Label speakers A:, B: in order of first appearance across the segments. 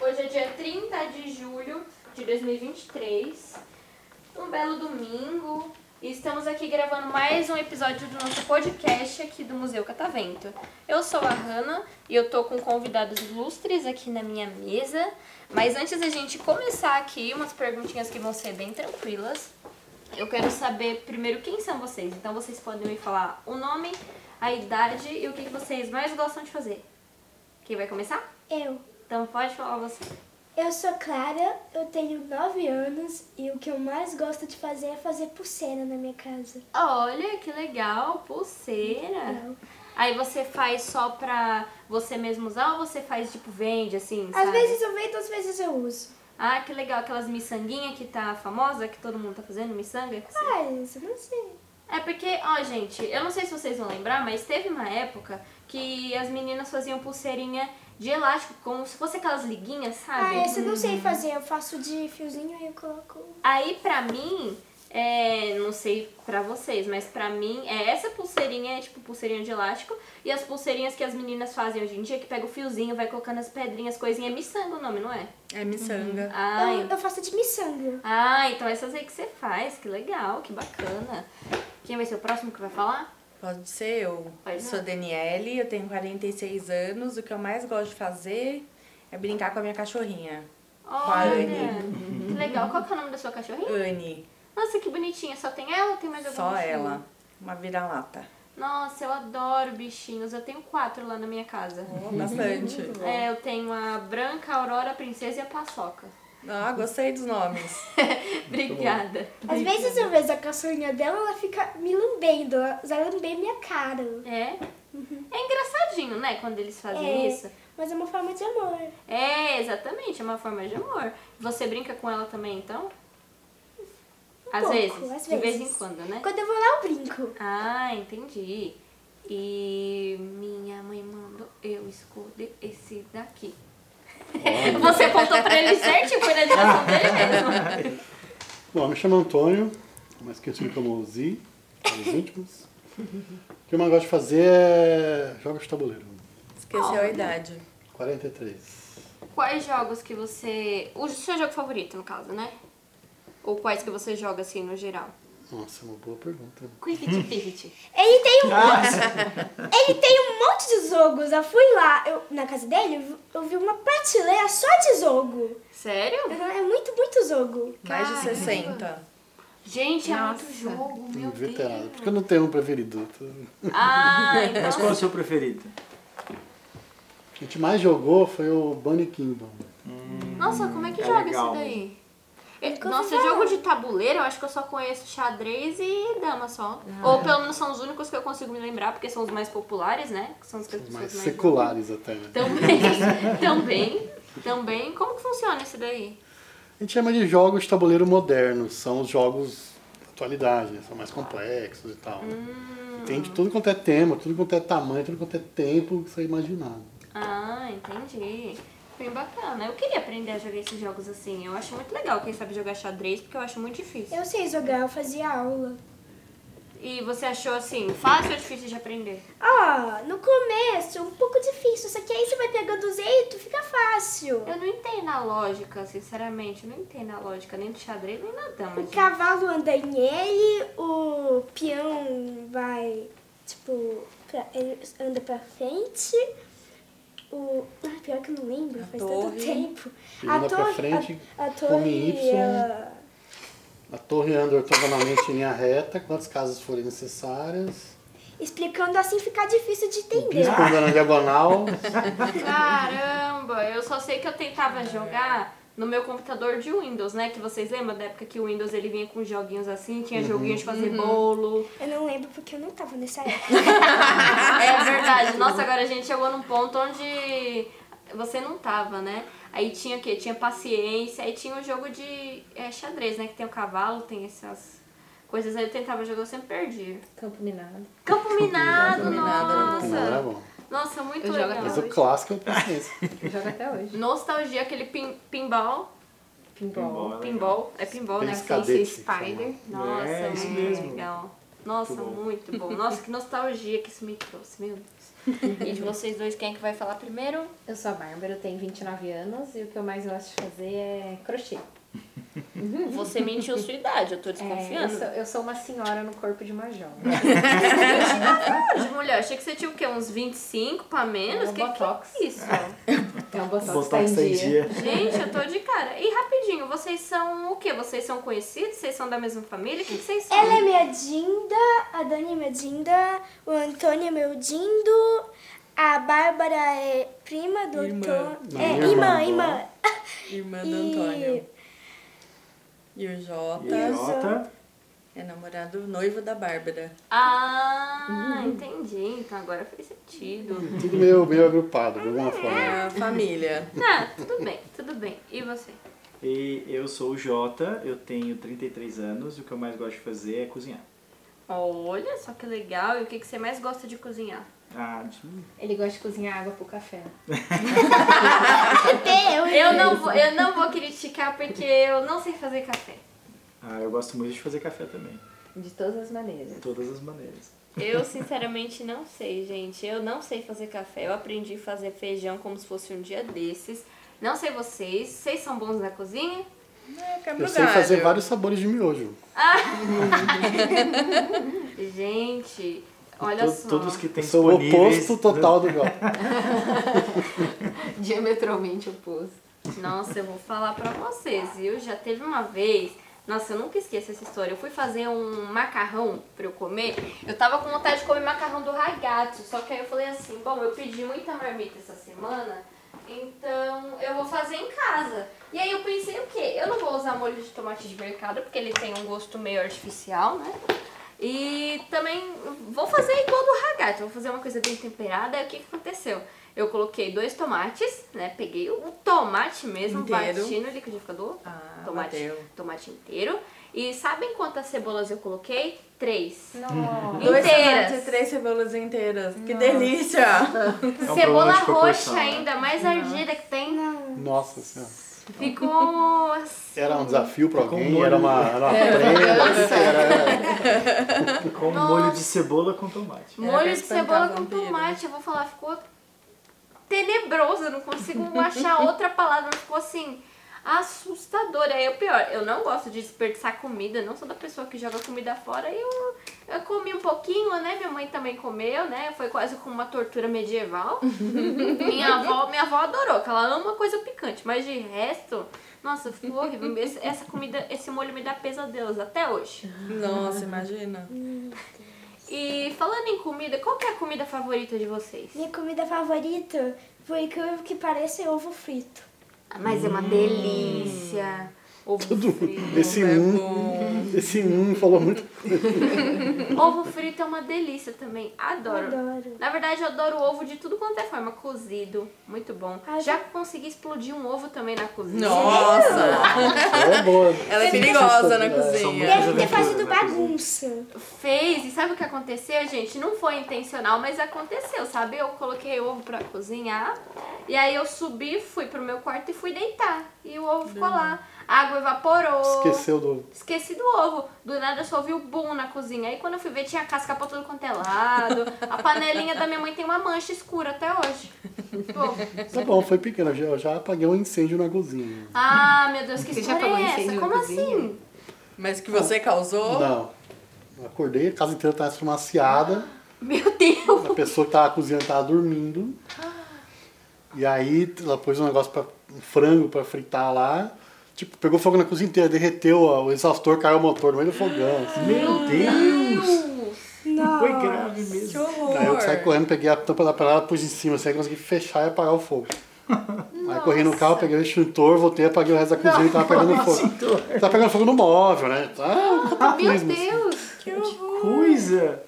A: Hoje é dia 30 de julho de 2023, um belo domingo, e estamos aqui gravando mais um episódio do nosso podcast aqui do Museu Catavento. Eu sou a Hanna e eu tô com convidados ilustres aqui na minha mesa, mas antes da gente começar aqui, umas perguntinhas que vão ser bem tranquilas. Eu quero saber primeiro quem são vocês, então vocês podem me falar o nome, a idade e o que que vocês mais gostam de fazer. Quem vai começar?
B: Eu.
A: Então pode falar você.
B: Eu sou Clara, eu tenho 9 anos e o que eu mais gosto de fazer é fazer pulseira na minha casa.
A: Olha que legal, pulseira.
B: Legal.
A: Aí você faz só pra você mesmo usar ou você faz tipo vende assim,
B: Às
A: sabe?
B: vezes eu vendo, às vezes eu uso.
A: Ah, que legal, aquelas miçanguinhas que tá famosa, que todo mundo tá fazendo, miçanga. que você-
B: Ah, isso, não sei.
A: É porque, ó, gente, eu não sei se vocês vão lembrar, mas teve uma época que as meninas faziam pulseirinha de elástico, como se fosse aquelas liguinhas, sabe?
B: Ah, essa eu não sei fazer, eu faço de fiozinho e eu coloco.
A: Aí pra mim, é, não sei pra vocês, mas pra mim é essa pulseirinha é tipo pulseirinha de elástico e as pulseirinhas que as meninas fazem hoje em dia que pega o fiozinho, vai colocando as pedrinhas, coisinha, é miçanga o nome, não é?
C: É miçanga.
A: Ah,
C: Então-
B: eu, eu faço de miçanga.
A: ah, então essas aí que você faz, que legal, que bacana. Quem vai ser o próximo que vai falar?
C: Pode ser eu.
A: Pode
C: sou
A: não.
C: Daniele, eu tenho 46 anos. O que eu mais gosto de fazer é brincar com a minha cachorrinha,
A: Olha,
C: Fala, Anne.
A: que legal. Qual que é o nome da sua cachorrinha?
C: Anne.
A: Nossa, que bonitinha. Só tem ela ou tem mais alguma
C: Só
A: bichinha?
C: ela. Uma vira-lata.
A: Nossa, eu adoro bichinhos. Eu tenho quatro lá na minha casa.
C: Bastante.
A: Uhum. É, eu tenho a Branca, a Aurora, a Princesa e a Paçoca.
C: Ah, gostei dos nomes.
A: Obrigada.
B: Às vezes eu vejo a caçulinha dela, ela fica me lambendo, ela ela lambei minha cara.
A: É. É engraçadinho, né? Quando eles fazem
B: Uhum. É.
A: isso.
B: Mas é uma forma de amor.
A: É, exatamente. É uma forma de amor. Você brinca com ela também, então? às
B: Um pouco,
A: vezes.
B: às
A: de vez em
B: vezes.
A: quando, né?
B: Quando eu vou lá, eu brinco.
A: Ah, entendi. E minha mãe mandou eu escolher esse daqui. Você apontou pra ele certinho, foi na direção dele mesmo.
D: Bom, me chamo Antônio, mais conhecido como Z, os íntimos. O que eu mais gosto de fazer é jogos de tabuleiro.
C: Esqueceu a idade.
D: 43.
A: Quais jogos que você. O seu jogo favorito, no caso, né? Ou quais que você joga assim no geral?
D: Nossa, é uma boa pergunta.
A: Quickity Pickity.
B: Ele tem um. Ele tem um monte de jogos. Eu fui lá eu- na casa dele, eu vi- eu vi uma prateleira só de jogo.
A: Sério?
B: Aham, É muito, muito jogo.
C: Mais de
A: Caramba.
C: 60.
A: Gente, é muito jogo, meu
D: Inveterado.
A: Deus.
D: Porque eu não tenho um preferido. O
A: Ah,
E: Mas qual é o
A: então.
E: seu preferido?
D: que a gente mais jogou foi o Bunny Kingdom.
A: Nossa, como é que
E: É
A: joga isso
E: legal.
A: daí? Eu- Nossa, jogo de tabuleiro, eu acho que eu só conheço xadrez e dama só. Ou pelo menos são os únicos que eu consigo me lembrar, porque são os mais populares, né? Que são os que as
D: Os
A: pessoas
D: mais
A: mais. Então-
D: seculares até, né?
A: Também. também. Também. Como que funciona isso daí?
D: A gente chama de jogos de tabuleiro modernos. São os jogos da atualidade, né? São mais complexos e tal. né?
A: Hum.
D: E Tem de tudo quanto é tema, tudo quanto é tamanho, tudo quanto é tempo que você imaginar.
A: Ah, entendi. Bem bacana. Eu queria aprender a jogar esses jogos assim. Eu acho muito legal quem sabe jogar xadrez, porque eu acho muito difícil.
B: Eu sei jogar, eu fazia aula.
A: E você achou assim, fácil ou difícil de aprender?
B: Ah, no começo, um pouco difícil, só que aí você vai pegando o jeito, fica fácil.
A: Eu não entendo a lógica, sinceramente. Eu não entendo a lógica nem do xadrez, nem na dama.
B: O
A: gente.
B: cavalo anda em ele, o peão vai, tipo, pra- ele anda pra frente. O. Ah, pior que eu não lembro, faz tanto
C: torre.
B: tempo.
D: Ele anda pra frente,
B: a, a torre.
D: come Y.
B: ela-
D: A torre anda ortogonalmente em linha reta, quantas casas forem necessárias.
B: Explicando assim fica difícil de
D: O
C: é?
B: entender.
D: bispo anda na diagonal.
A: Caramba, eu só sei que eu tentava jogar no meu computador de Windows, né? Que vocês lembram da época que o Windows ele vinha com joguinhos assim, tinha joguinho de fazer bolo.
B: Eu não lembro porque eu não tava nessa época.
A: É verdade. Nossa, agora a gente chegou num ponto onde você não tava, né? Aí tinha o quê? Tinha paciência, aí tinha o jogo de é, xadrez, né? Que tem o cavalo, tem essas coisas aí. Eu tentava jogar, eu sempre perdia.
F: Campo Minado.
A: Campo minado,
C: Minado era muito
D: Não é,
A: nossa.
D: era bom.
A: Nossa, muito
F: Eu jogo
A: legal.
D: Mas o clássico é o paciência.
F: Eu jogo até hoje.
A: Nostalgia, aquele pin pinball.
C: Pinball.
E: Pinball.
A: Pinball, é pinball,
D: Tem
A: né?
D: esse
A: Casey
D: cadete que
A: Spider.
E: chama.
A: Nossa,
E: É, isso
A: muito
E: mesmo.
A: legal. Nossa,
E: Muito bom.
A: muito bom. Nossa, que nostalgia que isso me trouxe, meu Deus. E de vocês dois, quem é que vai falar primeiro?
F: Eu sou a Bárbara, eu tenho 29 anos e o que eu mais gosto de fazer é crochê.
A: Você mentiu sua idade, eu tô
F: É, eu,
A: desconfiando.
F: sou, eu sou uma senhora no corpo de uma jovem.
A: De mulher, achei que você tinha o quê? Uns 25 pra menos?
F: É um
A: que, que
F: botox.
A: é isso?
F: Então, botox,
E: Botox
F: tá em dia.
A: Gente, eu tô de cara. E rapidinho, vocês são o quê? Vocês são conhecidos? Vocês são da mesma família? O que, que vocês são?
B: Ela é minha Dinda, a Dani é minha Dinda, o Antônio é meu Dindo, a Bárbara é prima do
C: Irmã.
B: Antônio.
D: Não,
B: É,
D: irmã.
B: irmã, irmã.
C: Irmã do
B: E
C: Antônio. E o Jota
E: Idiota.
C: é namorado noivo da Bárbara.
A: Ah,
B: Uhum.
A: entendi. Então agora fez sentido.
D: Tudo meio, meio agrupado, de alguma
C: É
D: forma.
C: a família.
A: Ah, tudo bem, tudo bem. E você?
E: E eu sou o Jota, eu tenho 33 anos e o que eu mais gosto de fazer é cozinhar.
A: Olha só que legal. E o que, que você mais gosta de cozinhar?
E: Ah, de-
F: Ele gosta de cozinhar água pro café.
B: até eu.
A: Eu não vou, eu não vou criticar porque eu não sei fazer café.
E: ah, eu gosto muito de fazer café também,
F: De todas as maneiras.
E: de todas as maneiras.
A: Eu sinceramente não sei, gente. Eu não sei fazer café. Eu aprendi a fazer feijão como se fosse um dia desses. Não sei vocês. Vocês são bons na cozinha?
C: É,
D: Eu sei fazer vários sabores de miojo.
A: Gente, olha
E: To-
A: só.
E: Todos que têm
D: Eu sou o
E: disponíveis- né,
D: oposto total do Jota.
F: Diametralmente oposto.
A: Nossa, eu vou falar pra vocês, viu? Já teve uma vez. Nossa, eu nunca esqueço essa história. Eu fui fazer um macarrão pra eu comer. Eu tava com vontade de comer macarrão do ragazzo. Só que aí eu falei assim: bom, eu pedi muita marmita essa semana, então eu vou fazer em casa. E aí eu pensei: o quê? Eu não vou usar molho de tomate de mercado, porque ele tem um gosto meio artificial, né? E também vou fazer igual do ragazzo, vou fazer uma coisa bem temperada. Aí o que, que aconteceu? Eu coloquei dois tomates, né? Peguei o tomate mesmo,
C: Inteiro.
A: bati no liquidificador.
C: Ah,
A: tomate,
C: bateu.
A: tomate inteiro. E sabem quantas cebolas eu coloquei? Três.
F: Nossa.
C: Dois
A: Inteiras.
C: tomates e três cebolas inteiras. Que delícia!
E: É um
A: Cebola
E: problema de
A: roxa
E: proporção, né?
A: ainda, mais ardida que tem.
D: Nossa senhora.
A: Ficou assim.
D: Era um desafio pra
E: Com
D: alguém,
E: molho.
D: era uma, era uma
C: É,
D: prenda, era
E: Com molho de cebola com tomate.
C: Era
A: Molho
C: pra
A: de cebola
C: espantar
A: com
C: vampiro.
A: tomate, eu vou falar, ficou tenebroso, eu não consigo achar outra palavra, ficou assim, assustador. Aí é o pior, eu não gosto de desperdiçar comida, não sou da pessoa que joga comida fora, e eu, eu comi um pouquinho, né? Minha mãe também comeu, né? Foi quase como uma tortura medieval. minha, avó, minha avó adorou, que ela ama coisa picante, mas de resto, nossa, ficou horrível. Esse- essa comida, esse molho me dá pesadelos até hoje.
C: Nossa, imagina.
A: E falando em comida, qual que é a comida favorita de vocês?
B: Minha comida favorita, por incrível que pareça, é ovo frito.
A: Ah, Mas é uma delícia. Ovo
D: Hum. Tudo.
A: frito.
D: Esse
C: É
D: um,
C: bom.
D: esse um falou muito.
A: Ovo frito é uma delícia também. Adoro.
B: Adoro.
A: Na verdade, eu adoro ovo de tudo quanto é forma. Cozido, muito bom.
B: Ah,
A: Já
B: já-
A: consegui explodir um ovo também na cozinha.
C: Nossa!
D: É boa.
C: Ela é perigosa
B: né?
C: na
E: São muito
C: cozinha.
E: Mas
B: Deve
E: eu
B: ter
E: não tô,
B: fazido
E: eu não tô.
B: bagunça.
A: Fez, e sabe o que aconteceu, gente? Não foi intencional, mas aconteceu, sabe? Eu coloquei ovo pra cozinhar, e aí eu subi, fui pro meu quarto e fui deitar. E o ovo ficou lá. A água evaporou.
D: Esqueceu do.
A: Esqueci do ovo. Do nada eu só ouvi o bum na cozinha. Aí quando eu fui ver, tinha casca pra todo quanto é lado. A panelinha da minha mãe tem uma mancha escura até hoje. Pô.
D: Tá bom, foi pequeno. Eu já, eu já apaguei um incêndio na cozinha.
A: Ah, meu Deus, que
F: Você já
A: história
F: apagou
A: é essa?
F: incêndio na
A: Como
F: cozinha?
A: assim?
C: Mas que você causou?
D: Não. Eu Acordei, a casa inteira tava esfumaciada.
A: Meu Deus.
D: A pessoa que tava cozinhando tava dormindo. E aí ela pôs um negócio para um frango pra fritar lá. Tipo, pegou fogo na cozinha inteira, derreteu ó, o exaustor, caiu o motor no meio do fogão. assim.
E: Meu Deus! Foi grave
C: Que
E: mesmo.
C: horror!
D: Aí eu saí correndo, peguei a tampa da panela, pus em cima, assim, aí consegui fechar e apagar o fogo. Aí corri no carro, peguei o extintor, voltei, apaguei o resto da cozinha e tava pegando fogo. Tava pegando fogo no móvel, né? Tá,
A: Ah, Meu Deus.
E: Coisa!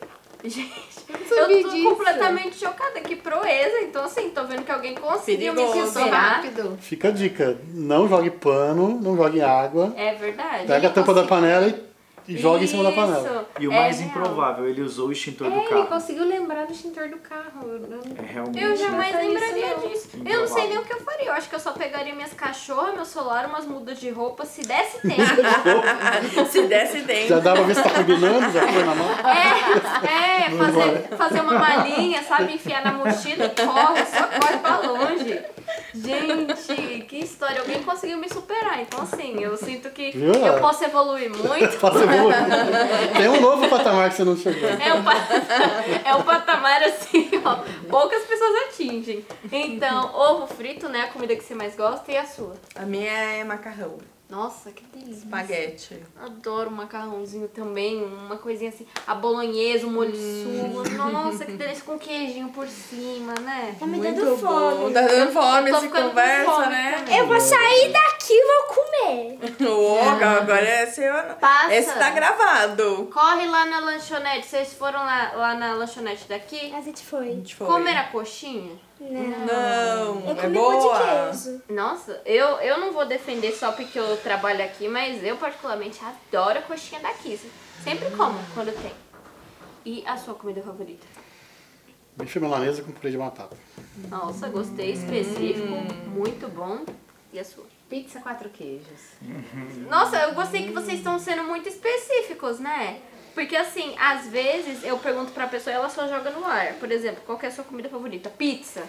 A: Gente,
F: sabia
A: eu tô
F: disso.
A: completamente chocada. Que proeza. Então, assim, tô vendo que alguém conseguiu me
C: Perigoso.
F: Pensou
A: superar.
F: rápido.
D: Fica a dica, não jogue pano, não jogue água,
A: É verdade.
D: pega a tampa da
A: Consegui.
D: panela e e joga em cima da panela.
A: Isso.
E: E o
A: É
E: mais
A: real.
E: improvável, ele usou o extintor do
F: É, ele
E: carro.
F: conseguiu lembrar do extintor do carro. Eu não-
E: É realmente.
A: Eu jamais
F: Não é isso,
A: lembraria
F: não.
A: disso. Eu não
E: Improvável.
A: sei nem o que eu faria. Eu acho que eu só pegaria minhas cachorras, meu celular, umas mudas de roupa, se desse tempo.
C: Se desse tempo.
D: Já dá pra ver se tá combinando, já põe na mão.
A: é, é, fazer, fazer uma malinha, sabe? Enfiar na mochila e corre, só corre pra longe. Gente, que história. Alguém conseguiu me superar. Então, assim, eu sinto que
D: Viu?
A: eu posso evoluir muito.
D: Fala, você voa. Tem um novo patamar que você não chegou.
A: É um, pa- é um patamar assim, ó. Poucas pessoas atingem. Então, ovo frito, né? A comida que você mais gosta e a sua.
C: A minha é macarrão,
A: Nossa, que delícia.
C: espaguete.
A: Adoro um macarrãozinho também, uma coisinha assim, a bolonhesa, um molho sugo. Nossa, que delícia, com queijinho por cima, né?
B: Tá me
C: Muito
B: dando
C: bom.
B: fome.
C: Tá dando fome
A: Tô
C: essa
A: ficando com
C: conversa,
A: fome
C: né?
B: Eu vou sair daqui e vou comer.
C: Ô, agora é seu.
A: Passa.
C: Esse tá gravado.
A: Corre lá na lanchonete, vocês foram lá, lá na lanchonete daqui?
B: A gente foi.
A: Comer a coxinha?
B: Não.
C: Não,
B: Eu
C: é
B: comi um monte de
C: boa.
B: queijo.
A: Nossa, eu, eu não vou defender só porque eu trabalho aqui, mas eu particularmente adoro a coxinha daqui. Sempre como, quando tem. E a sua comida favorita?
D: Bife milanesa com purê de batata.
A: Nossa, gostei, específico, Hum. muito bom. E a sua?
F: Pizza quatro queijos.
A: Nossa, eu gostei que vocês estão sendo muito específicos, né? Porque assim, às vezes eu pergunto pra pessoa e ela só joga no ar. Por exemplo, qual que é a sua comida favorita? Pizza.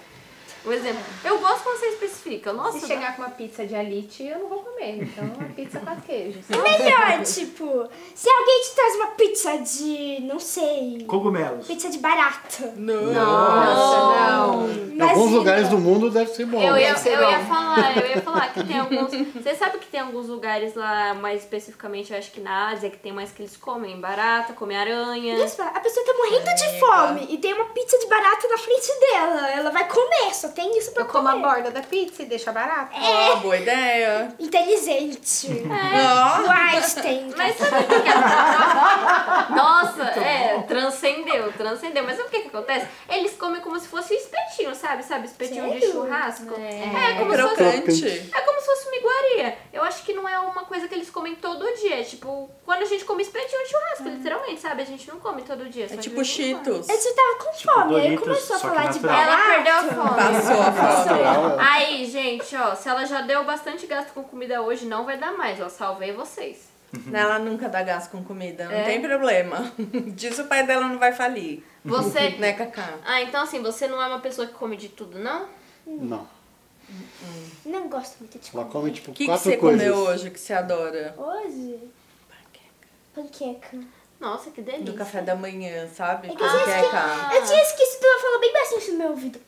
A: Um exemplo. Eu gosto quando você especifica. Nossa,
F: Se chegar com uma pizza de alite, eu não vou comer. Então, é pizza quatro queijos.
B: É melhor, tipo, se alguém te traz uma pizza de, não sei,
E: Cogumelos.
B: pizza de barata.
F: Nossa, não.
D: Em alguns
B: Imagina.
D: lugares do mundo deve ser bom. né?
A: Eu ia,
F: Deve ser
A: eu ia
F: bom.
A: falar, eu ia falar que tem alguns. Você sabe que tem alguns lugares lá, mais especificamente, eu acho que na Ásia, que tem mais que eles comem barata, comem aranha.
B: Nossa, A pessoa tá morrendo de fome e tem uma pizza de barata na frente dela. Ela vai comer, só tem isso pra
F: Eu como
B: comer.
F: a borda da pizza e deixo a barata.
C: Ó, boa ideia.
B: Inteligente.
C: Ó.
B: O Einstein.
A: Mas sabe o que, que acontece? Nossa, é, transcendeu, transcendeu. Mas sabe o que, que acontece? Eles comem como se fosse espetinho, sabe? Sabe, espetinho de
B: Sério?
A: churrasco.
F: É.
A: É,
C: É
A: como se fosse.
C: crocante.
A: É como se fosse uma iguaria. Eu acho que não é uma coisa que eles comem todo dia. É Tipo, quando a gente come espetinho de churrasco, literalmente, sabe? A gente não come todo dia. só
C: É
A: de
C: tipo
A: vez em quando.
C: Cheetos.
B: Eu já tava com
E: Tipo
B: fome, aí
E: Doritos,
B: começou a
E: só que
B: falar de
E: natural.
A: Ela
B: barata.
A: perdeu a fome.
C: Passou a fome.
D: Natural, é.
A: Aí, gente, ó, se ela já deu bastante gasto com comida hoje, não vai dar mais, ó. Salvei vocês.
C: Ela nunca dá gás com comida, não
A: É.
C: tem problema. Disso o pai dela não vai falir.
A: Você.
C: Né, Cacá?
A: Ah, então assim, você não é uma pessoa que come de tudo, não?
D: Não.
B: Não gosto muito de
D: Ela
B: comer.
D: come tipo
C: O que, que
D: quatro
C: você
D: coisas.
C: comeu hoje que você adora?
B: Hoje? Panqueca. Panqueca.
A: Nossa, que delícia.
C: No café da manhã, sabe? Ah,
B: É que eu já
C: Panqueca.
A: Ah.
B: Eu tinha esquecido, ela falou bem baixinho no meu ouvido.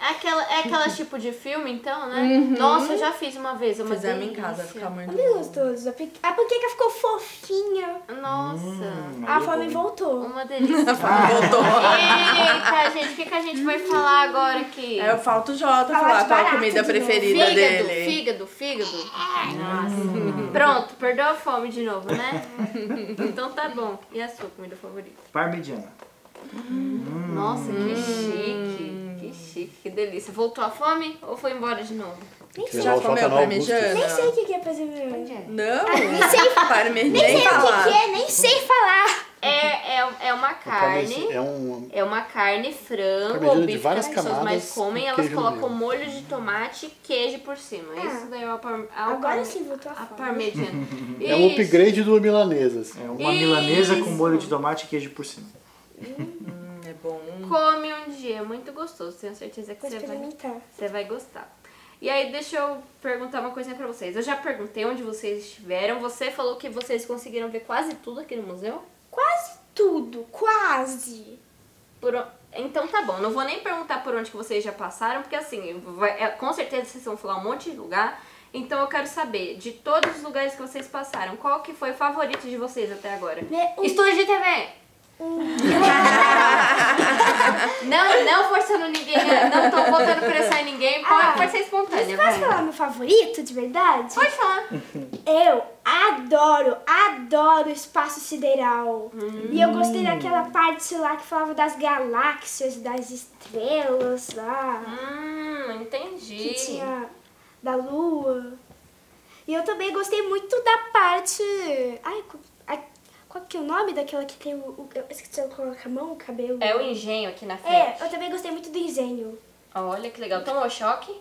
A: É aquela, é aquela
C: Uhum.
A: tipo de filme, então, né? Nossa, eu já fiz uma vez, é uma
C: Fizemos em
A: delícia.
C: casa, fica
B: É
C: muito
B: bem
C: bom.
B: gostoso. A panque- a panqueca ficou fofinha.
A: Nossa,
E: Hum,
A: Ah,
B: A
E: aí é
B: fome
E: bom.
B: voltou.
A: uma delícia.
B: tá
C: Ah. Voltou.
A: Eita, gente, o que, que a gente vai falar agora aqui?
C: Aí É, eu falto o Jota
B: Falar
C: falar
B: de
C: qual a
B: barato
C: comida
B: de novo.
C: preferida
A: Fígado,
C: dele. Hum.
A: fígado, fígado. Nossa. Pronto, perdeu a fome de novo, né? Então tá bom. E a sua comida favorita?
E: Parmigiana.
A: Nossa,
C: Hum.
A: que chique. Que chique, que delícia. Voltou a fome ou foi embora de novo?
D: Sei
C: Já
D: lá, o é
C: comeu
D: Jota não,
C: parmegiana?
B: Nem sei o que que é fazer meu.
F: Onde é?
C: Não,
B: Nem sei,
C: parmegiana.
B: nem sei o que que
C: falar.
B: é, nem sei falar.
A: É, é, é uma
D: O parmesão
A: carne.
D: É um.
A: É uma carne, frango,
D: Parmegiana
A: ou
D: de
A: bife que as
D: várias
A: pessoas
D: camadas
A: mais comem.
D: com
A: Elas
D: queijo no
A: colocam
D: meio.
A: molho de tomate e queijo por cima. Isso daí é o par... a-
B: Agora sim voltou a
A: A
B: fome.
A: parmegiana.
D: É um
A: Isso.
D: upgrade do assim. milanesas.
E: É uma milanesa com
A: Isso.
E: molho de tomate e queijo por cima.
C: Hum, é bom.
A: Come um dia, é muito gostoso. Tenho certeza que
B: Vou
A: você vai,
B: experimentar.
A: você vai gostar. E aí, deixa eu perguntar uma coisinha pra vocês. Eu já perguntei onde vocês estiveram. Você falou que vocês conseguiram ver quase tudo aqui no museu?
B: Quase tudo, quase.
A: Por o- Então tá bom, não vou nem perguntar por onde que vocês já passaram, porque assim, vai- é, com certeza vocês vão falar um monte de lugar. Então eu quero saber, de todos os lugares que vocês passaram, qual que foi o favorito de vocês até agora?
B: Né, um-
A: Estúdio de TV! não, não forçando ninguém, né? não tô botando pressão em ninguém, pode,
B: Ah,
A: pode ser espontânea,
B: Posso
A: vai.
B: falar é meu favorito, de verdade?
A: Pode falar.
B: Eu adoro, adoro o espaço sideral. E eu gostei
A: Hum.
B: daquela parte lá que falava das galáxias, das estrelas lá.
A: Hum,
B: que
A: entendi.
B: tinha da lua. E eu também gostei muito da parte. Ai, co- a- qual, o nome daquela que tem o. o eu esqueci, eu coloco a mão, o cabelo.
A: É o engenho aqui na frente.
B: É, eu também gostei muito do engenho.
A: Olha que legal. Tomou choque?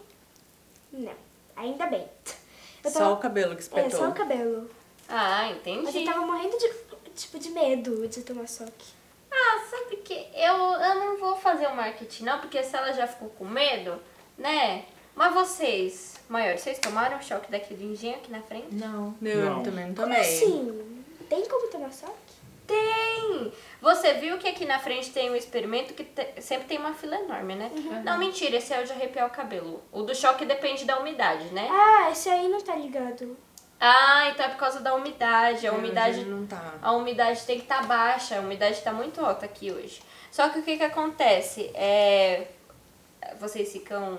B: Não, ainda bem. Eu
C: Só o
B: tava-
C: cabelo que
B: É,
C: espetou.
B: só o cabelo.
A: Ah, entendi.
B: Mas é eu tava morrendo de, tipo, de medo de tomar choque.
A: Ah, sabe que eu, eu não vou fazer o marketing, não, porque se ela já ficou com medo, né? Mas vocês, maiores, vocês tomaram choque daqui do engenho aqui na frente?
F: Não.
C: Não, eu
E: Não.
C: também não
B: Como
C: tomei.
B: assim? Tem como tomar choque?
A: Tem! Você viu que aqui na frente tem um experimento que te- sempre tem uma fila enorme, né? Não, mentira, esse é o de arrepiar o cabelo. O do choque depende da umidade, né?
B: Ah, esse aí não tá ligado.
A: Ah, então é por causa da umidade. A
C: Não,
A: umidade
C: Não tá.
A: A umidade tem que estar baixa, a umidade está muito alta aqui hoje. Só que o que, que acontece? É, vocês ficam.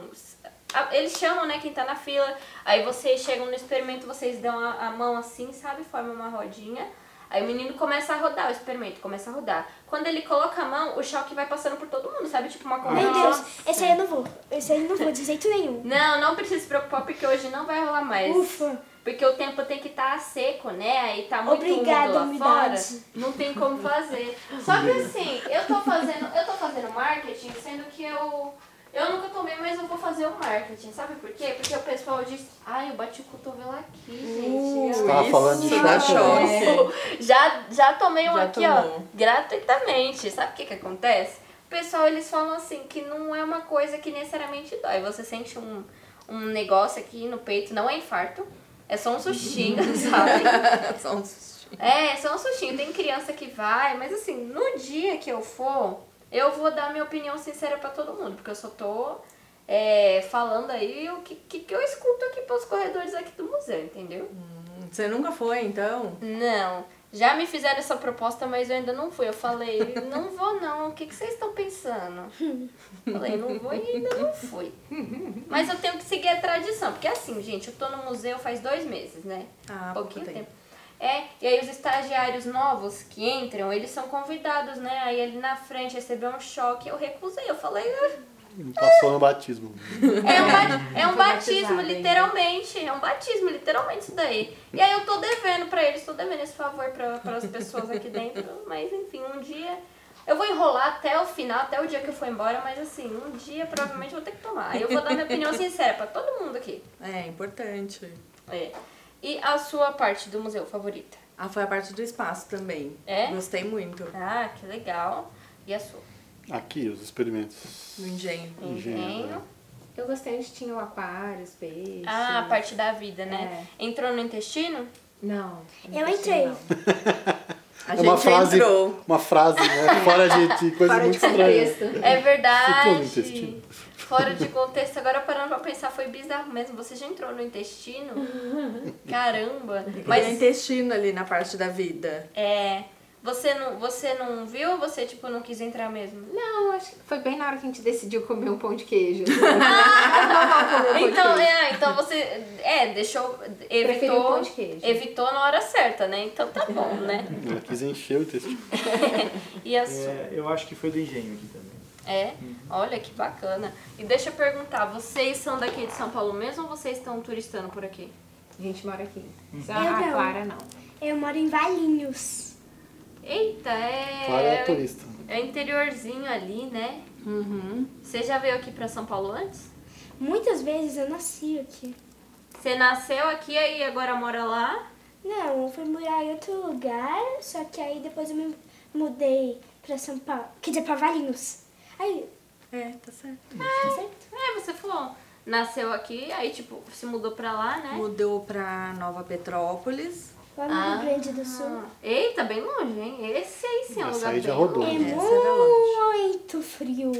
A: ah, Eles chamam, né, quem tá na fila. Aí vocês chegam no experimento, vocês dão a, a mão assim, sabe? Forma uma rodinha. Aí o menino começa a rodar o experimento, começa a rodar. Quando ele coloca a mão, o choque vai passando por todo mundo, sabe? Tipo uma
B: Meu
A: corrente.
B: Deus, esse aí eu não vou. Esse aí eu não vou de jeito nenhum.
A: Não, não precisa se preocupar porque hoje não vai rolar mais.
B: Ufa.
A: Porque o tempo tem que estar seco, né? Aí tá muito
B: Obrigada,
A: úmido lá
B: umidade.
A: fora. Não tem como fazer. Só que assim, eu tô fazendo, eu tô fazendo marketing, sendo que eu eu nunca tomei, mas eu vou fazer o marketing. Sabe por quê? Porque o pessoal diz: "Ai, eu bati o cotovelo aqui, gente".
D: Tava falando de
C: Isso dá
D: choque, né?
C: choque.
A: É. Já, já tomei um
C: Já
A: aqui, ó,
C: tomou.
A: gratuitamente. Sabe o que que acontece? O pessoal, eles falam assim, que não é uma coisa que necessariamente dói. Você sente um, um negócio aqui no peito, não é infarto. É só um sustinho, sabe?
C: Só um sustinho.
A: É, é só um sustinho. Tem criança que vai, mas assim, no dia que eu for, eu vou dar minha opinião sincera pra todo mundo. Porque eu só tô é, falando aí o que, que, que eu escuto aqui pelos corredores aqui do museu, entendeu?
C: Você nunca foi, então?
A: Não. Já me fizeram essa proposta, mas eu ainda não fui. Eu falei, não vou não. O que, que vocês estão pensando? Falei, não vou e ainda não fui. Mas eu tenho que seguir a tradição. Porque assim, gente, eu tô no museu faz dois meses, né?
C: Ah,
A: pouquinho tempo.
C: pouco tempo.
A: É, e aí os estagiários novos que entram, eles são convidados, né? Aí ele na frente recebeu um choque, eu recusei. Eu falei, "Ah,
D: Não passou no batismo.
A: é um, ba- é um batismo,
F: Foi batizado ainda.
A: literalmente. É um batismo, literalmente, isso daí. E aí eu tô devendo pra eles, tô devendo esse favor pra, pras pessoas aqui dentro. Mas enfim, um dia. Eu vou enrolar até o final, até o dia que eu for embora, mas assim, um dia provavelmente eu vou ter que tomar. Aí eu vou dar minha opinião sincera pra todo mundo aqui.
C: É, importante.
A: É. E a sua parte do museu favorita?
C: Ah, foi a parte do espaço também.
A: É?
C: Gostei muito
A: Ah, que legal. E a sua?
D: Aqui, os experimentos.
C: do engenho.
D: Engenho. né?
F: Eu gostei onde tinha o aquário, os peixes.
A: Ah, a parte da vida, né? Entrou no intestino?
F: Não. não
B: Eu
F: gostei,
B: entrei.
F: não.
C: A
D: É
C: gente
D: uma frase,
C: entrou.
D: uma frase, né? Fora de, de coisa
F: Fora
D: muito
F: de
D: estranha.
F: contexto.
A: É
D: Ficou no
A: verdade.
D: intestino.
A: Fora de contexto, agora parando pra pensar, foi bizarro mesmo. Você já entrou no intestino? Caramba!
C: Mas o
A: Mas
C: intestino ali na parte da vida.
A: é. Você não, você não viu ou você tipo não quis entrar mesmo?
F: Não, acho que foi bem na hora que a gente decidiu comer um pão de queijo.
A: Então, é, então você é, deixou
F: Preferi o
A: evitou,
F: pão de queijo.
A: evitou na hora certa, né? Então tá bom, né?
D: Ela quis encher o intestino.
A: E a sua?
E: É, eu acho que foi do engenho aqui também.
A: É? Olha que bacana. E deixa eu perguntar, vocês são daqui de São Paulo mesmo ou vocês estão turistando por aqui?
F: A gente mora aqui.
C: Hum.
F: Só
B: Eu
F: a
B: não.
F: Clara não.
B: Eu moro em Valinhos.
A: Eita, é.
D: Clara é turista.
A: É interiorzinho ali, né?
C: Uhum.
A: Você já veio aqui pra São Paulo antes?
B: Muitas vezes eu nasci aqui.
A: Você nasceu aqui aí agora mora lá?
B: Não, eu fui morar em outro lugar, só que aí depois eu me mudei pra São Paulo. Quer dizer, pra Valinhos. Aí,
C: É, tá certo.
B: tá certo?
A: É, você falou. Nasceu aqui, aí tipo, se mudou pra lá,
C: É?
A: né?
C: Mudou pra Nova Petrópolis.
B: Lá no Rio Grande do Sul.
A: Eita, bem longe, hein? Esse aí sim é um
D: Essa
A: lugar
D: aí já
A: bem
D: rodou.
B: É
A: longe.
C: Essa era longe.
B: muito frio.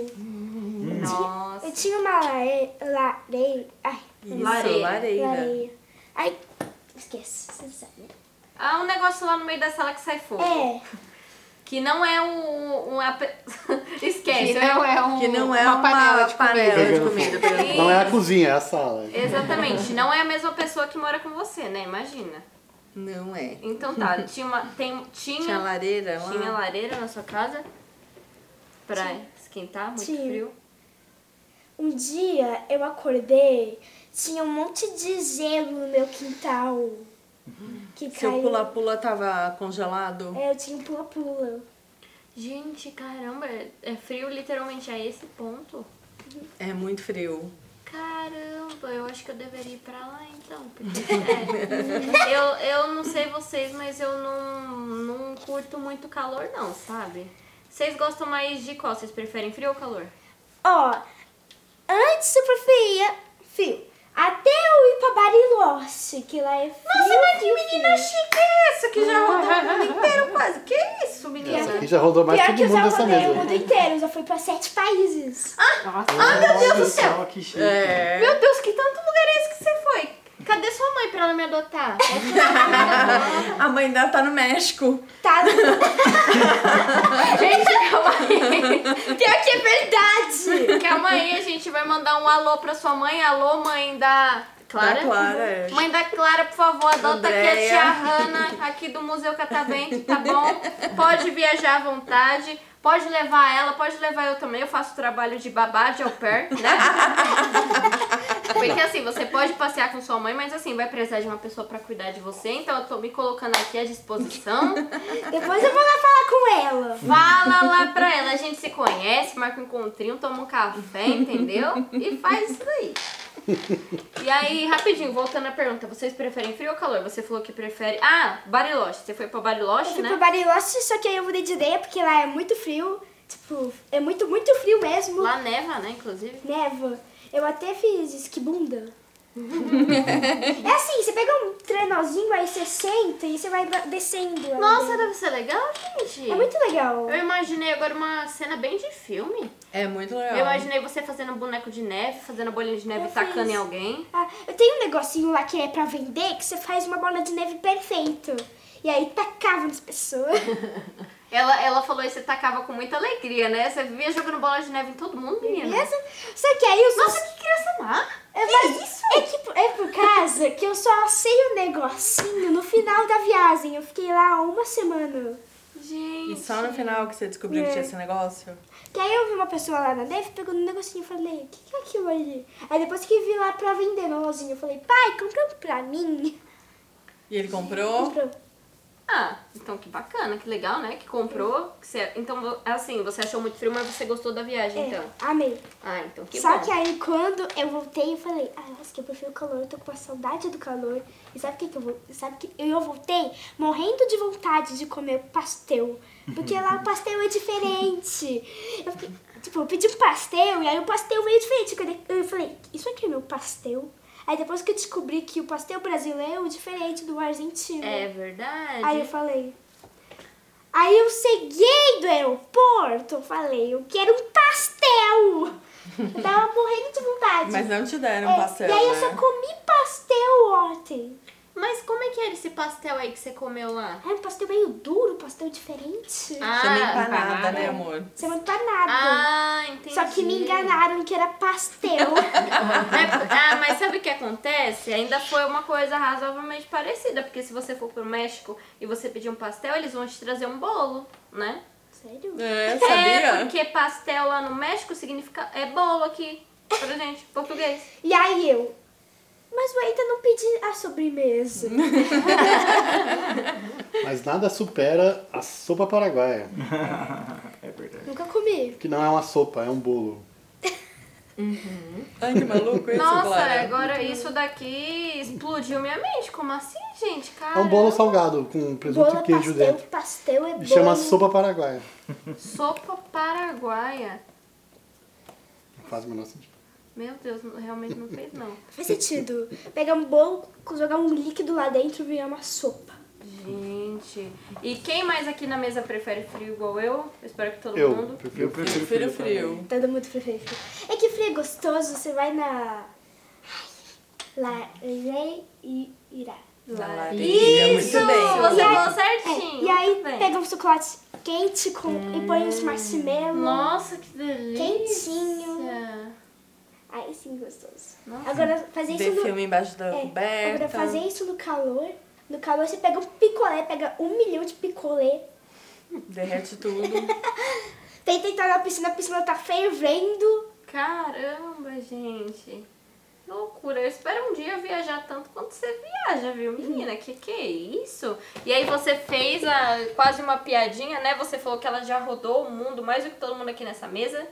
A: Nossa.
B: Eu tinha uma lare... lareira. Ai,
C: Isso,
A: Lareira.
C: lareira.
B: lareira. Ai, esquece, você sabe. né?
A: Ah, um negócio lá no meio da sala que sai fogo.
B: É,
A: Que não é um. um ape- Esquece,
F: que
A: é
F: não é um,
C: Que não é
F: uma,
C: uma
F: panela de
C: panela
F: comida.
C: de comida. pelo menos.
D: Não é a cozinha, é a sala.
A: Exatamente, não é a mesma pessoa que mora com você, né? Imagina.
C: Não é.
A: Então tá, tinha uma. Tem, tinha,
C: Tinha lareira lá.
A: tinha lareira na sua casa pra esquentar, muito
B: Tinha.
A: frio.
B: um dia eu acordei, tinha um monte de gelo no meu quintal. Que
C: Seu
B: caiu.
C: pula-pula tava congelado?
B: É, eu tinha um pula-pula.
A: Gente, caramba, é frio literalmente a esse ponto?
C: É muito frio.
A: Caramba, eu acho que eu deveria ir pra lá então, porque sério. eu, eu não sei vocês, mas eu não, não curto muito calor não, sabe? Vocês gostam mais de qual? Vocês preferem frio ou calor?
B: Ó, antes eu preferia frio. Até eu ir pra Bariloche, que lá é frio. Nossa, mas que menina
C: Que é essa que já rodou o mundo inteiro quase? Que isso, menina?
D: Aqui já rodou mais
B: Pior que
D: todo
B: eu
D: mundo
B: já
D: dessa né?
B: rodei o
D: mesa.
B: mundo inteiro, eu já fui pra sete países.
E: Ai, meu Deus do céu! Que chique.
C: É.
A: Meu Deus, que tanto lugar é esse que você foi? Cadê sua mãe pra ela me adotar?
C: A mãe dela tá no México.
B: Tá,
A: Gente, calma aí.
B: pior que é verdade.
A: Calma aí, a gente vai mandar um alô pra sua mãe. Alô, mãe da Clara.
C: Da Clara, é.
A: Mãe da Clara, por favor, adota aqui a
C: Andréia.
A: tia Hanna, aqui do Museu Catavento, tá bom? Pode viajar à vontade. Pode levar ela, pode levar eu também. Eu faço trabalho de babá, de au pair, né? Porque assim, você pode passear com sua mãe, mas assim, vai precisar de uma pessoa pra cuidar de você. Então eu tô me colocando aqui à disposição.
B: Depois eu vou lá falar com ela.
A: Fala lá pra ela, a gente se conhece, marca um encontrinho, toma um café, entendeu? E faz isso daí. E aí, rapidinho, voltando à pergunta, vocês preferem frio ou calor? Você falou que prefere. Ah, Bariloche. Você foi pra
B: Eu
A: Bariloche,
B: fui pra
A: né?
B: Bariloche, só que aí eu mudei de ideia, porque lá é muito frio. Tipo, é muito, muito frio mesmo.
A: Lá neva, né, inclusive?
B: Neva. Eu até fiz esquibunda. é assim, você pega um trenozinho, aí você senta e você vai ba- descendo. ela
A: Nossa,
B: dentro.
A: deve ser legal, gente.
B: É muito legal.
A: Eu imaginei agora uma cena bem de filme.
C: É muito
A: Eu
C: legal.
A: imaginei você fazendo um boneco de neve, fazendo bolinha de neve
B: Eu
A: e tacando
B: fiz.
A: em alguém.
B: Ah, eu tenho um negocinho lá que é pra vender, que você faz uma bola de neve perfeito. E aí tacava nas pessoas.
A: Ela, ela falou isso, você tacava com muita alegria, né? Você vivia jogando bola de neve em todo mundo, menina.
B: Beleza? Só que aí os
A: Nossa, que criança má!
B: É, mas isso? É, que, por- é por causa que eu só sei o negocinho no final da viagem. Eu fiquei lá uma semana.
A: Gente.
C: E só no final que você descobriu que
B: É.
C: tinha esse negócio?
B: Que aí eu vi uma pessoa lá na neve pegando um negocinho. Eu falei, o que, que é aquilo ali? Aí depois que vi lá pra vender nozinho, eu falei, pai, compra um pra mim.
C: E ele comprou?
B: Comprou.
A: Ah, então que bacana, que legal, né? Que comprou. que você- Então, vo- assim, você achou muito frio, mas você gostou da viagem, então.
B: É, amei.
A: Ah, então que
B: Só
A: bom.
B: que aí quando eu voltei, eu falei, ah, nossa, que eu prefiro o calor, eu tô com uma saudade do calor. E sabe o que, que eu vou. Sabe que eu voltei morrendo de vontade de comer pastel. Porque lá o pastel é diferente. Eu fiquei, tipo, eu pedi um pastel e aí o pastel veio diferente. Quando eu- Eu falei, isso aqui é meu pastel? Aí depois que eu descobri que o pastel brasileiro é diferente do argentino.
A: É verdade.
B: Aí eu falei. Aí eu cheguei do aeroporto, eu falei, eu quero um pastel. Eu tava morrendo de vontade.
C: Mas não te deram
B: É,
C: um pastel,
B: e aí eu
C: né?
B: só comi pastel ontem.
A: Mas como é que era esse pastel aí que você comeu lá?
B: Era um pastel meio duro, um pastel diferente.
C: Chama
B: tá
A: Ah,
C: empanada,
F: empanada.
C: né, amor?
B: Você não tá nada.
A: ah entendi.
B: só que me enganaram que era pastel.
A: É, ah, mas sabe o que acontece? Ainda foi uma coisa razoavelmente parecida, porque se você for pro México e você pedir um pastel, eles vão te trazer um bolo, né?
B: Sério?
C: É,
A: É,
C: sabia?
A: porque pastel lá no México significa é bolo aqui, pra gente, português.
B: E aí eu. Mas eu ainda não pedi a sobremesa.
D: Mas nada supera a sopa paraguaia.
E: É verdade.
B: Nunca comi.
D: Que não é uma sopa, é um bolo.
C: Ai, que maluco isso,
A: Nossa,
C: Clara.
A: agora isso daqui explodiu minha mente. Como assim, gente? Cara,
D: É um bolo salgado com presunto
B: Ah. Bolo é
D: e queijo
B: pastel,
D: dentro.
B: pastel é
D: E
B: bolo.
D: chama sopa paraguaia. assim.
A: sopa paraguaia.
D: Não faz o menor sentido.
A: Meu Deus, não- realmente não fez não.
B: Faz sentido. Pegar um bolo, jogar um líquido lá dentro e virar uma sopa.
A: Gente. E quem mais aqui na mesa prefere frio igual eu? Eu espero que todo
D: Eu
A: mundo.
D: prefiro.
E: prefiro
C: Prefiro
E: também.
C: frio.
B: Todo mundo prefere Tá frio. É que frio é gostoso, você vai na. Larei e irá.
C: Lá.
A: Isso!
C: Muito bem.
A: Você
B: E aí-
A: falou
B: É,
A: certinho.
B: e aí
A: muito bem. Hum,
B: pega um chocolate quente com, e põe uns marshmallows.
A: Nossa, que delícia.
B: Quentinho. Aí sim, gostoso.
A: Nossa.
B: Agora fazer isso
C: Ver
B: no.
C: filme embaixo da
B: É,
C: coberta.
B: agora fazer isso no calor. No calor você pega um picolé, pega um milhão de picolé.
C: Derrete tudo.
B: Tenta entrar na piscina, a piscina tá fervendo.
A: Caramba, gente. Que loucura. Eu espero um dia viajar tanto quanto você viaja, viu, menina? Que que é isso? E aí você fez a, quase uma piadinha, né? Você falou que ela já rodou o mundo mais do que todo mundo aqui nessa mesa.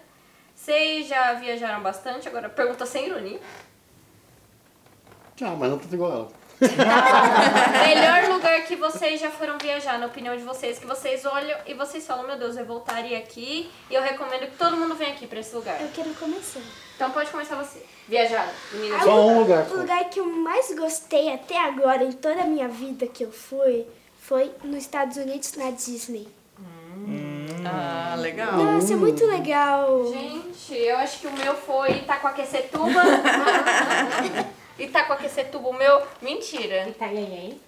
A: Vocês já viajaram bastante? Agora, pergunta sem ironia.
D: Ah, mas não tanto igual ela.
A: Melhor lugar que vocês já foram viajar, na opinião de vocês, que vocês olham e vocês falam, meu Deus, eu voltaria aqui e eu recomendo que todo mundo venha aqui pra esse lugar.
B: Eu quero começar.
A: Então pode começar você. Viajar, menina.
D: Só um lugar,
B: O
D: pô.
B: lugar que eu mais gostei até agora em toda a minha vida que eu fui foi nos Estados Unidos na Disney.
C: Ah, legal.
B: Nossa, é muito legal.
A: Gente, eu acho que o meu foi Itacoaquecetuba. Itacoaquecetuba, o meu. Mentira.
F: Itaianhém.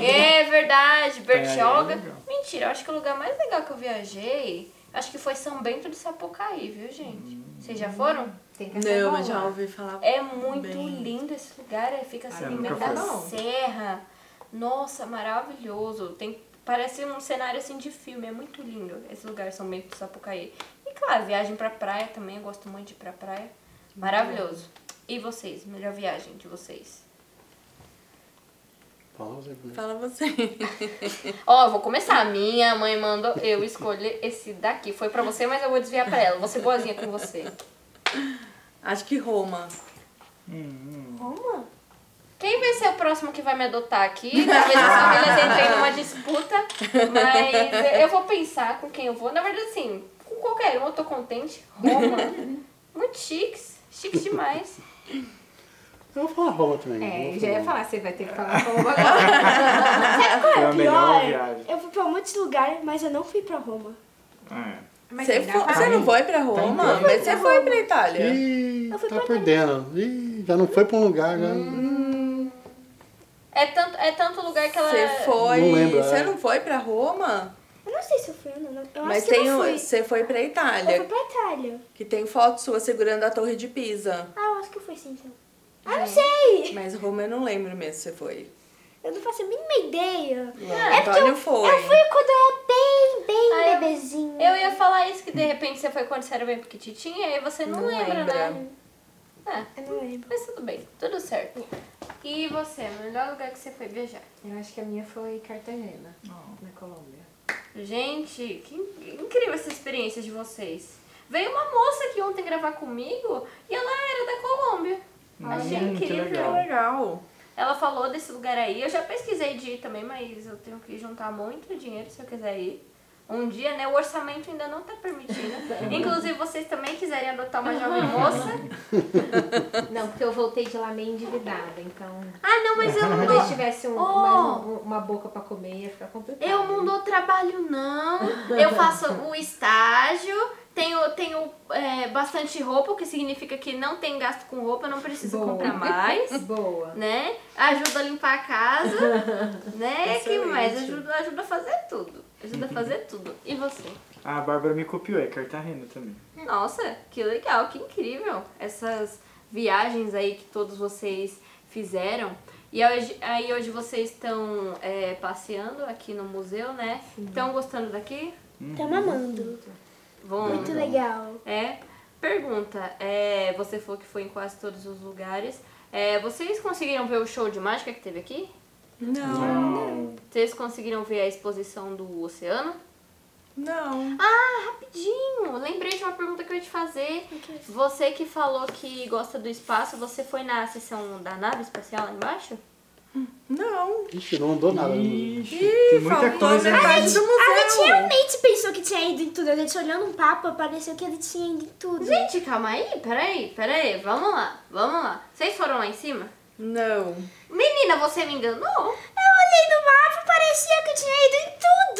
A: É verdade, Bertioga.
E: É, é legal.
A: Mentira, eu acho que o lugar mais legal que eu viajei, acho que foi São Bento do Sapucaí, viu, gente? Vocês já foram?
F: Tem que
C: Não, mas já
F: acessar lá.
C: ouvi falar.
A: É muito
C: Bem-
A: lindo esse lugar, é, fica assim
E: eu
A: no
E: nunca
A: meio da
F: fui.
A: serra. Nossa, maravilhoso. Tem, parece um cenário assim de filme, é muito lindo esse lugar, São Bento do Sapucaí. E claro, viagem pra praia também, eu gosto muito de ir pra praia. Maravilhoso. E vocês, melhor viagem de vocês?
D: Fala você primeiro.
C: Fala você.
A: Ó, eu vou começar. Minha mãe mandou eu escolher esse daqui. Foi pra você, mas eu vou desviar pra ela. Vou ser boazinha com você.
C: Acho que Roma.
B: Roma?
A: Quem vai ser o próximo que vai me adotar aqui? Talvez as famílias entrem numa disputa, mas eu vou pensar com quem eu vou. Na verdade, assim, com qualquer um eu tô contente. Roma, muito chiques, chiques demais.
D: Eu vou falar Roma também. eu
F: É,
D: vou
F: já ia
D: Roma.
F: falar, você vai ter que falar como agora.
B: Sabe qual
E: Foi
B: é
E: a
B: o
E: melhor
B: pior?
E: viagem.
B: Eu fui pra muitos lugares, mas eu não fui pra Roma.
E: É.
F: Mas
C: Você,
F: ainda
C: fo-
F: vai.
C: você não foi pra Roma?
E: Tá em
C: mas você foi pra Itália.
D: Ih,
B: Eu fui
D: tá
B: pra Hum.
D: perdendo. Ih, já não foi pra um lugar, já.
A: É tanto, é tanto lugar que ela.
C: Você foi.
D: Não lembro,
C: você
D: é.
C: não foi pra Roma?
B: Eu não sei se eu fui ou não. Eu
C: mas
B: acho que
C: tem um-
B: eu
C: o-
B: não fui.
C: você foi pra
B: Eu fui
C: Itália,
B: pra Itália.
C: que tem foto sua segurando a torre de Pisa.
B: Ah, eu acho que eu fui sim, então. Ah, não sei!
C: Mas Roma eu não lembro mesmo se você foi.
B: Eu não faço a mínima ideia.
C: O Antônio foi.
B: É Eu fui quando eu era bem, bem
A: Ah, eu-
B: bebezinho.
A: Eu ia falar isso, que de repente você foi quando você era bem pequititinha e aí você não,
C: Não
A: lembra, né?
C: lembra.
A: Ah,
B: Eu não lembro.
A: mas tudo bem, tudo certo. E você, melhor lugar que você foi viajar?
F: Eu acho que a minha foi Cartagena, na Colômbia.
A: Gente, que in- incrível essa experiência de vocês. Veio uma moça aqui ontem gravar comigo e ela era da Colômbia. Achei
E: Hum, que
A: incrível.
E: legal.
C: Legal.
A: Ela falou desse lugar aí. Eu já pesquisei de ir também, mas eu tenho que juntar muito dinheiro se eu quiser ir. Um dia, né? O orçamento ainda não tá permitindo. Inclusive, vocês também quiserem adotar uma jovem moça.
F: Não, porque eu voltei de lá meio endividada, então.
A: Ah, não, mas eu não
F: Talvez
A: dou.
F: tivesse um-
A: Oh.
F: mais um- uma boca pra comer, ia ficar complicado.
A: Eu não dou trabalho, não. Eu faço o estágio, tenho, tenho é, bastante roupa, o que significa que não tem gasto com roupa, não preciso
F: Boa.
A: comprar mais.
F: Boa.
A: Né? Ajuda a limpar a casa. né? que
C: Excelente.
A: mais? Ajuda, ajuda a fazer tudo. Ajuda a fazer tudo. E você?
E: Ah, a Bárbara me copiou, é Cartagena também.
A: Nossa, que legal, que incrível. Essas viagens aí que todos vocês fizeram. E hoje- aí hoje vocês estão é, passeando aqui no museu, né? Estão gostando daqui?
B: Tá mamando.
A: Vão.
B: Muito legal.
A: É. Pergunta, é, você falou que foi em quase todos os lugares. É, vocês conseguiram ver o show de mágica que teve aqui?
C: Não,
E: Não.
A: Vocês conseguiram ver a exposição do oceano?
C: não.
B: Ah.
A: Rapidinho, lembrei de uma pergunta que eu ia te fazer. Você que é falou que gosta do espaço, você foi na sessão da nave espacial lá embaixo?
C: Não.
D: Ixi, não andou nada. Não.
E: Ixi, tem muita
C: faltou a
E: coisa. né?
C: metade
E: ali.
C: do
B: A gente
C: museu.
B: realmente pensou que tinha ido em tudo. A gente olhando um papo, pareceu que ele tinha ido em tudo.
A: Gente, calma aí, peraí, peraí, vamos lá, vamos lá. Vocês foram lá em cima?
C: Não.
A: Menina, você me enganou?
B: Eu olhei no mapa, parecia que eu tinha ido em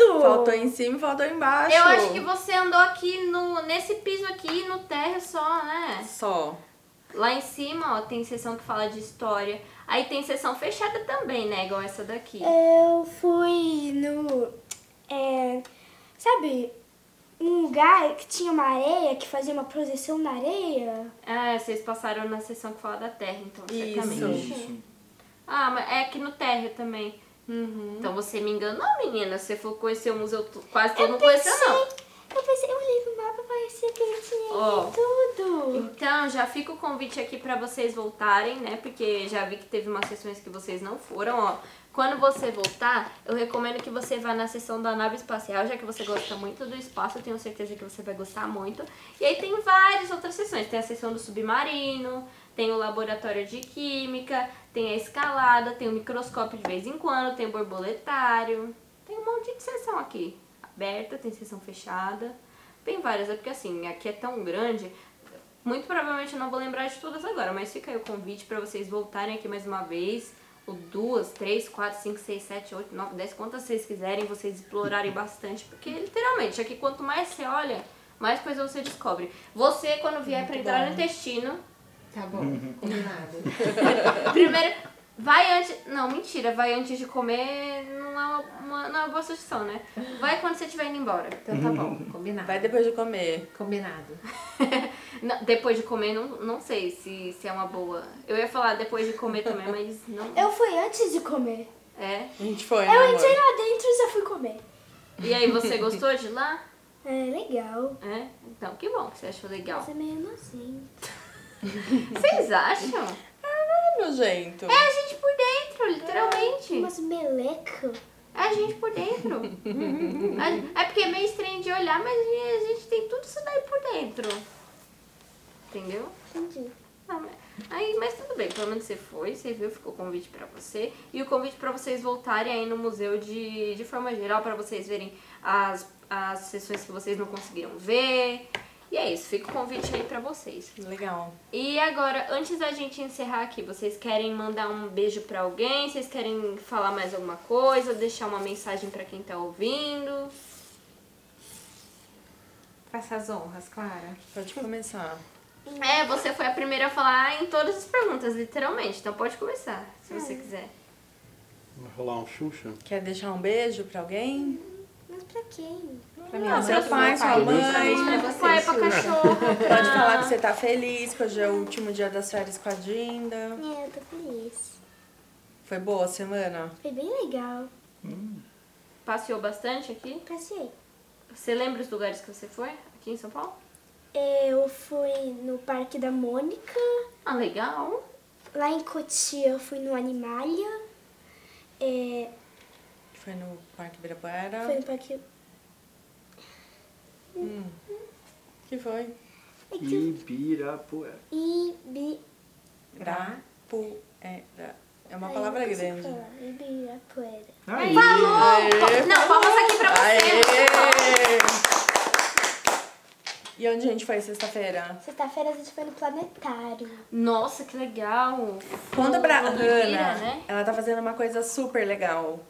B: tudo.
C: Faltou em cima e faltou embaixo.
A: Eu acho que você andou aqui no, nesse piso aqui, no térreo só, né?
C: Só.
A: Lá em cima, ó, tem sessão que fala de história. Aí tem sessão fechada também, né? Igual essa daqui.
C: É.
B: Eu fui no. é, sabe, um lugar que tinha uma areia, que fazia uma projeção na areia?
A: Ah, vocês passaram na sessão que fala da terra, então,
C: Isso.
A: certamente.
E: Isso.
A: Ah, mas é aqui no térreo também.
C: Uhum.
A: Então você me enganou, menina. Você for conhecer o museu, tu- quase todo não conheceu, não.
B: Eu pensei, eu olhei no mapa e parecia que ele tinha
A: Ó.
B: ido em tudo.
A: Então, já fica o convite aqui pra vocês voltarem, né? Porque já vi que teve umas sessões que vocês não foram, ó. Quando você voltar, eu recomendo que você vá na sessão da nave espacial, já que você gosta muito do espaço, eu tenho certeza que você vai gostar muito. E aí tem várias outras sessões, tem a sessão do submarino, tem o laboratório de química, tem a escalada, tem o microscópio de vez em quando, tem o borboletário, tem um monte de sessão aqui. Aberta, tem sessão fechada, tem várias, é porque assim, aqui é tão grande, muito provavelmente eu não vou lembrar de todas agora, mas fica aí o convite pra vocês voltarem aqui mais uma vez. O duas, três, quatro, cinco, seis, sete, oito, nove, dez, quantas vocês quiserem, vocês explorarem bastante. Porque literalmente, aqui quanto mais você olha, mais coisa você descobre. Você, quando vier pra entrar no intestino,
F: Tá bom,
C: Uhum.
F: combinado.
A: primeiro. Vai antes. Não, mentira, vai antes de comer não é uma, uma- não é uma boa sugestão, né? Vai quando você estiver indo embora.
F: Então tá bom, combinado.
C: Vai depois de comer.
F: Combinado.
A: Não, depois de comer, não, não sei se, se é uma boa. Eu ia falar depois de comer também, mas não.
B: Eu fui antes de comer.
A: É.
C: A gente foi, né,
B: Eu
C: amor?
B: entrei lá dentro e já fui comer.
A: E aí, você gostou de lá?
B: É legal.
A: É? Então, que bom que você achou legal.
B: Mas é meio nojento.
A: Vocês acham?
C: Ah, meu jeito.
A: É a gente por dentro, literalmente.
B: Umas meleca.
A: É a gente por dentro. É é porque é meio estranho de olhar, mas a gente tem tudo isso daí por dentro. Entendeu?
B: Entendi.
A: Ah, mas- Aí, mas tudo bem, pelo menos você foi, você viu, ficou o convite pra você. E o convite pra vocês voltarem aí no museu de, de forma geral, pra vocês verem as, as sessões que vocês não conseguiram ver. E é isso, fica o convite aí pra vocês.
C: Legal.
A: E agora, antes da gente encerrar aqui, vocês querem mandar um beijo pra alguém? Vocês querem falar mais alguma coisa? Deixar uma mensagem pra quem tá ouvindo?
F: Faça as honras, Clara.
C: Pode começar.
A: É, você foi a primeira a falar em todas as perguntas, literalmente. Então pode começar, se você
C: É.
A: quiser.
D: Vai rolar um Xuxa?
C: Quer deixar um beijo pra alguém?
B: Mas pra quem?
F: Pra minha
C: Ah,
F: mãe,
C: seu
F: pro meu
C: pai, sua mãe.
F: pra
A: Pra
F: vocês,
A: pai, é pra
F: Xuxa.
A: cachorro. pra-
C: Pode falar que você tá feliz, que hoje é o último dia das férias com a Dinda.
B: É, eu tô feliz.
C: Foi boa a semana?
B: Foi bem legal.
A: Passeou bastante aqui?
B: Passei.
A: Você lembra os lugares que você foi aqui em São Paulo?
B: Eu fui no Parque da Mônica.
A: Ah, legal.
B: Lá em Cotia eu fui no Animalia. É,
C: Foi no Parque Ibirapuera?
B: foi no Parque... É
C: Que foi?
B: que...
E: Ibirapuera.
B: Ibi...
C: Ibirapuera. É uma
B: Ai,
C: palavra
B: não consigo
C: grande.
B: falar. Ibirapuera.
E: Aí.
C: Aê!
A: Não, palmas aqui pra
C: Aê! E onde a gente foi sexta-feira?
B: Sexta-feira a gente foi no Planetário.
A: Nossa, que legal.
C: Conta pra
A: Do-
C: Ana.
A: do Ira, né?
C: Ela tá fazendo uma coisa super legal.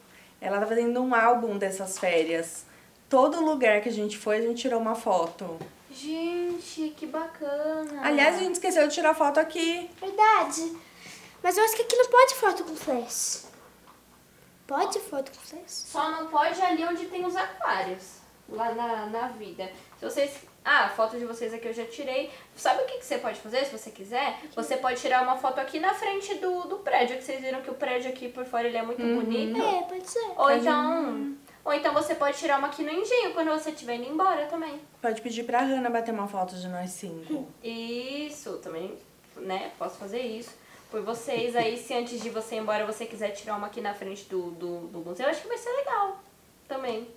C: Ela tá fazendo um álbum dessas férias. Todo lugar que a gente foi, a gente tirou uma foto.
A: Gente, que bacana.
C: Aliás, a gente esqueceu de tirar foto aqui.
B: Verdade. Mas eu acho que aqui não pode foto com flash. Pode foto com flash?
A: só não pode ali onde tem os aquários. Lá na, na vida. Se vocês. Ah, a foto de vocês aqui eu já tirei. Sabe o que, que você pode fazer se você quiser? Você pode tirar uma foto aqui na frente do, do prédio, que vocês viram que o prédio aqui por fora ele é muito bonito.
B: É, pode ser.
A: Ou então. Ou então você pode tirar uma aqui no engenho quando você estiver indo embora também.
C: Pode pedir pra Hannah bater uma foto de nós cinco.
A: Isso, também, né? Posso fazer isso por vocês. Aí, se antes de você ir embora você quiser tirar uma aqui na frente do, do, do museu, acho que vai ser legal também.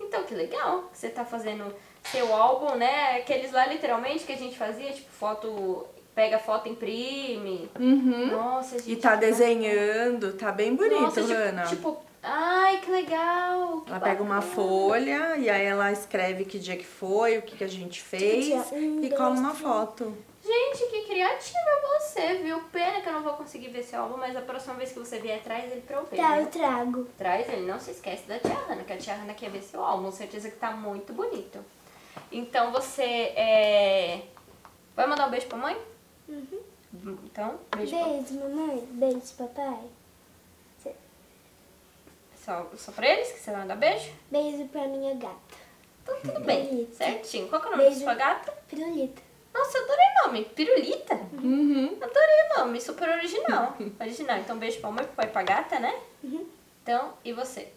A: Então, que legal que você tá fazendo seu álbum, né? Aqueles lá, literalmente, que a gente fazia, tipo, foto... Pega foto, imprime. Nossa, gente.
C: E tá
A: que
C: desenhando, tá bem bonito,
A: Uhum. Nossa,
C: Hannah.
A: tipo, né? tipo, ai, que legal. que
C: Ela pega uma
A: bacana.
C: folha e aí ela escreve que dia que foi, o que, que a gente fez
B: dia um,
C: e cola
B: dois,
C: uma foto.
A: Gente, que criativa você, viu? Pena que eu não vou conseguir ver esse álbum, mas a próxima vez que você vier, traz ele pra eu ver.
B: Tá,
A: viu?
B: eu trago.
A: Traz ele, não se esquece da Tia Hanna, que a Tia Hanna quer ver seu álbum. Certeza que tá muito bonito. Então você é... vai mandar um beijo pra mãe? Uhum. Então, beijo pra...
B: Beijo, mamãe. Beijo, papai.
A: Só, só pra eles que você vai mandar beijo?
B: Beijo pra minha gata.
A: Então tudo bem,
B: Pirulita.
A: certinho. Qual que é o nome
B: Beijo.
A: da sua gata?
B: Pirulita.
A: Nossa, eu adorei o nome. Pirulita?
C: Uhum.
A: Adorei o nome, super Uhum. original. original. Então, beijo pra mãe, pro pai e pra gata, né? Então, e você?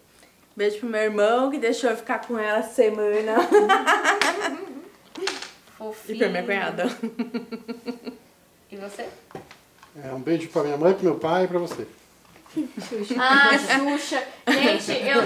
C: Beijo pro meu irmão que deixou eu ficar com ela essa semana.
A: Fofinho.
C: E pra minha cunhada.
A: E você?
D: É, um beijo pra minha mãe, pro meu pai e pra você.
A: Ah, Xuxa. Gente, eu.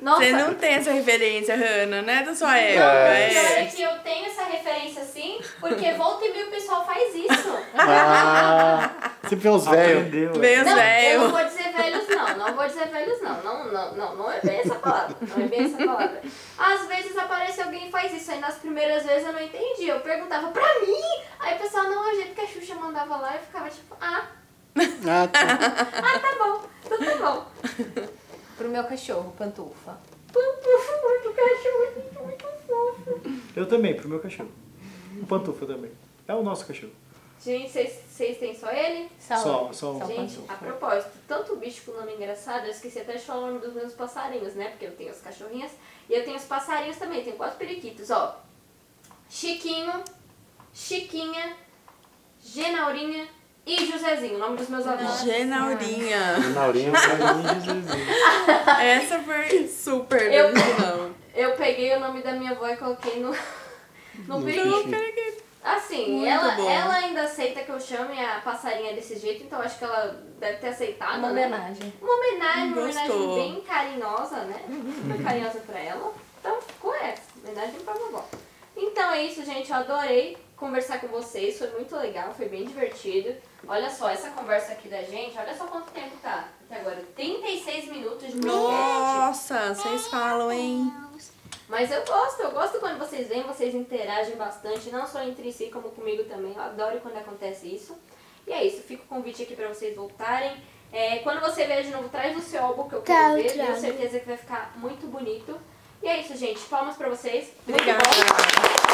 A: Nossa,
C: Você não tem essa referência, Hannah, né? Da sua
A: Não,
C: época.
A: pior
C: É.
A: é que eu tenho essa referência assim, porque volta e meia o pessoal faz isso.
D: Ah, sempre vem uns velhos.
E: Aprendeu.
C: Meio
A: Não, eu não
C: velho.
A: vou dizer velhos não, não vou dizer velhos não, não, não, não, não é bem essa palavra, não é bem essa palavra. Às vezes aparece alguém e faz isso, aí nas primeiras vezes eu não entendi, eu perguntava pra mim, aí o pessoal não, é o jeito que a Xuxa mandava lá, eu ficava tipo, ah,
D: Ah, tá.
A: ah, tá bom, então tá bom.
F: Pro meu cachorro, pantufa.
A: Pantufo, muito cachorro, gente, muito fofo.
E: Eu também, pro meu cachorro. O pantufa também. É o nosso cachorro.
A: Gente, vocês- vocês têm só ele?
F: Só,
E: Só- só um.
A: Gente, a
F: pantufa.
A: propósito, tanto bicho com nome engraçado, eu esqueci até de falar o nome dos meus passarinhos, né? Porque eu tenho as cachorrinhas e eu tenho os passarinhos também, tenho quatro periquitos, ó. Chiquinho, Chiquinha, Genaurinha e Josézinho, o nome dos meus avós.
C: Genaurinha.
D: Naurinho,
C: Essa foi super
A: Eu-
C: original.
A: Eu peguei o nome da minha avó e coloquei no, no periquito.
D: Chiquinho.
A: Assim,
C: é. Muito
A: ela,
C: bom.
A: ela ainda aceita que eu chame a passarinha desse jeito, então acho que ela deve ter aceitado.
F: Uma
A: né?
F: homenagem.
A: Uma homenagem, uma homenagem
C: Gostou.
A: bem carinhosa, né? Super carinhosa pra ela. Então ficou essa. Homenagem pra vovó. Então é isso, gente. Eu adorei conversar com vocês. Foi muito legal, foi bem divertido. Olha só, essa conversa aqui da gente, olha só quanto tempo tá até agora. 36 minutos de podcast.
C: Nossa, vocês falam, hein?
A: Mas eu gosto, eu gosto quando vocês vêm, vocês interagem bastante, não só entre si, como comigo também. Eu adoro quando acontece isso. E é isso, fica o convite aqui pra vocês voltarem. É, quando você vier de novo, traz o seu álbum que eu quero
B: Tá, eu
A: ver, tenho
B: trago.
A: certeza que vai ficar muito bonito. E é isso, gente. Palmas pra vocês. Muito
C: Obrigada.
A: bom.